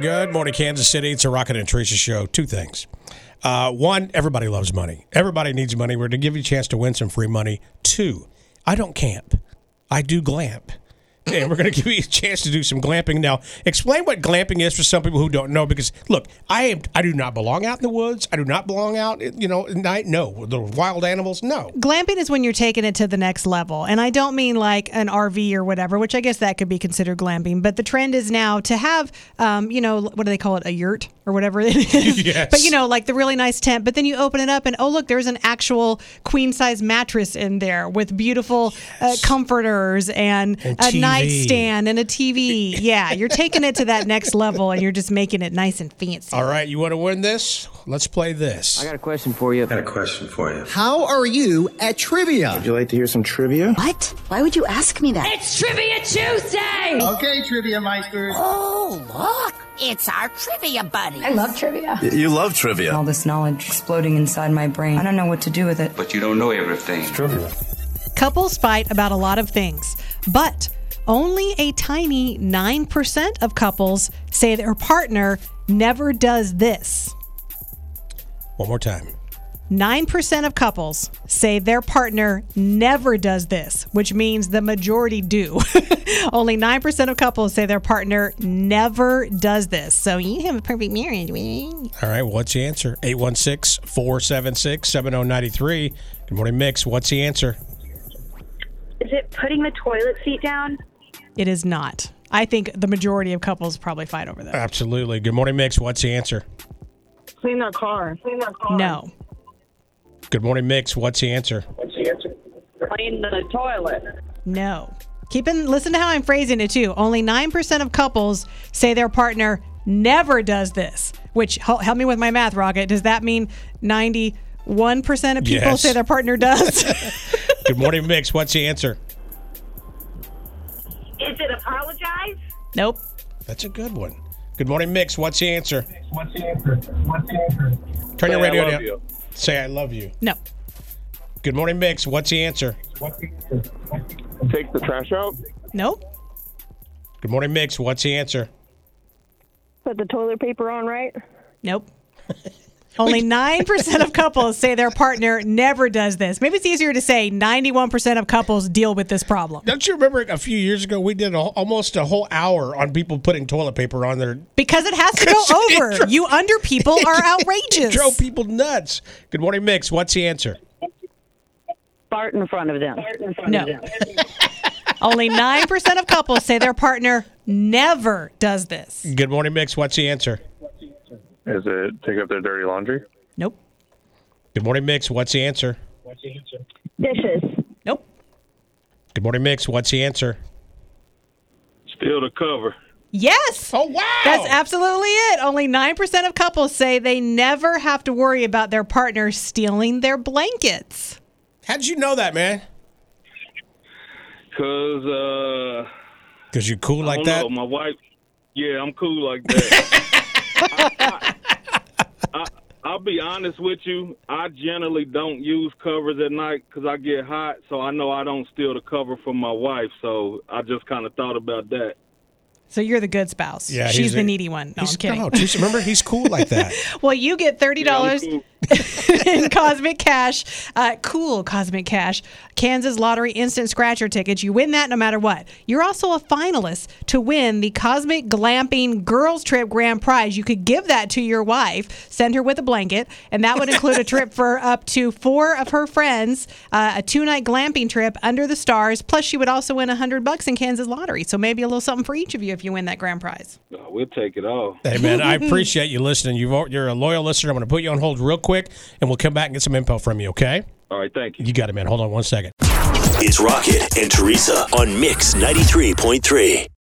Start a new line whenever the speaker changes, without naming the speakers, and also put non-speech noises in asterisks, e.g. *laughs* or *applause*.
Good morning, Kansas City. It's a Rocket and Teresa show. Two things. Uh, one, everybody loves money. Everybody needs money. We're to give you a chance to win some free money. Two, I don't camp. I do glamp. And we're going to *laughs* give you a chance to do some glamping. Now, explain what glamping is for some people who don't know. Because look, I am, I do not belong out in the woods. I do not belong out, you know, at night. No, with the wild animals. No.
Glamping is when you're taking it to the next level. And I don't mean like an RV or whatever, which I guess that could be considered glamping. But the trend is now to have, um, you know, what do they call it? A yurt or whatever it is.
Yes.
But, you know, like the really nice tent. But then you open it up and, oh, look, there's an actual queen size mattress in there with beautiful uh, comforters and,
And
a
TV.
nightstand and a TV. yeah. You're taking it to that next level and you're just making it nice and fancy.
All right, you want to win this? Let's play this.
I got a question for you.
I got a question for you.
How are you at trivia?
Would you like to hear some trivia?
What? Why would you ask me that?
It's Trivia Tuesday!
Okay, Trivia Meister.
Oh, look! It's our trivia buddy.
I love trivia.
You love trivia.
All this knowledge exploding inside my brain. I don't know what to do with it.
But you don't know everything.
Couples fight about a lot of things, but only a tiny 9% of couples say their partner never does this.
One more time.
9% of couples say their partner never does this, which means the majority do. *laughs* Only 9% of couples say their partner never does this. So you have a perfect marriage. wing.
All right, what's the answer? 816 476 7093. Good morning, Mix. What's the answer?
Is it putting the toilet seat down?
It is not. I think the majority of couples probably fight over that.
Absolutely. Good morning, Mix. What's the answer?
Clean their car. Clean their car.
No.
Good morning, Mix. What's the answer?
Clean the toilet.
No. Keep in listen to how I'm phrasing it too. Only 9% of couples say their partner never does this, which hel- help me with my math rocket. Does that mean 91% of people
Yes.
say their partner does?
*laughs* Good morning, Mix. What's the answer?
Is it apologize?
nope.
That's a good one. Good morning, Mix. What's the answer?
What's the answer? What's the answer?
Turn your radio
love
down.
you.
Say, I love you.
No.
Good morning, Mix. What's the answer?
What's the answer?
Take the trash out.
Nope.
Good morning, Mix. What's the answer?
Put the toilet paper on, right?
*laughs*
Nope. Only 9% of couples say their partner never does this. Maybe it's easier to say 91% of couples deal with this problem
Don't you remember a few years ago we did a, almost a whole hour on people putting toilet paper on their
because it has
*laughs*
to go over. you under people are outrageous.
drove people nuts. Good morning, Mix. What's the answer?
Fart in front of them.
No. Only 9% of couples say their partner never does this.
Good morning, Mix. What's the answer?
Is it take up their dirty laundry?
Nope.
Good morning, Mix. What's the answer?
What's the answer?
Dishes.
Nope.
Good morning, Mix. What's the answer?
Steal the cover.
Yes.
Oh wow!
That's absolutely it. Only 9% of couples say they never have to worry about their partner stealing their blankets.
How did you know that, man?
Cause uh,
Because you're cool like
I don't
that.
know, my wife. Yeah, I'm cool like that. I, I, I, I'll be honest with you. I generally don't use covers at night because I get hot. So I know I don't steal the cover from my wife. So I just kind of thought about that.
So you're the good spouse.
Yeah, he's
She's the
a-
needy one. No,
He's-
I'm kidding.
no, just remember, he's cool like that.
Well, you get $30
Yeah, I'm cool.
*laughs* in Cosmic Cash, uh, cool Cosmic Cash, Kansas Lottery Instant Scratcher tickets. You win that no matter what. You're also a finalist to win the Cosmic Glamping Girls Trip Grand Prize. You could give that to your wife, send her with a blanket, and that would include a trip for up to four of her friends, uh, a two night glamping trip under the stars. Plus, she would also win 100 bucks in Kansas Lottery. So maybe a little something for each of you if you win that grand prize.
Oh, we'll take it all.
hey, man, I appreciate you listening. You've, al- you're a loyal listener. I'm going to put you on hold real quick, and we'll come back and get some info from you, okay?
All right, thank you.
You got it, man. Hold on one second.
It's Rocket and Teresa on Mix 93.3.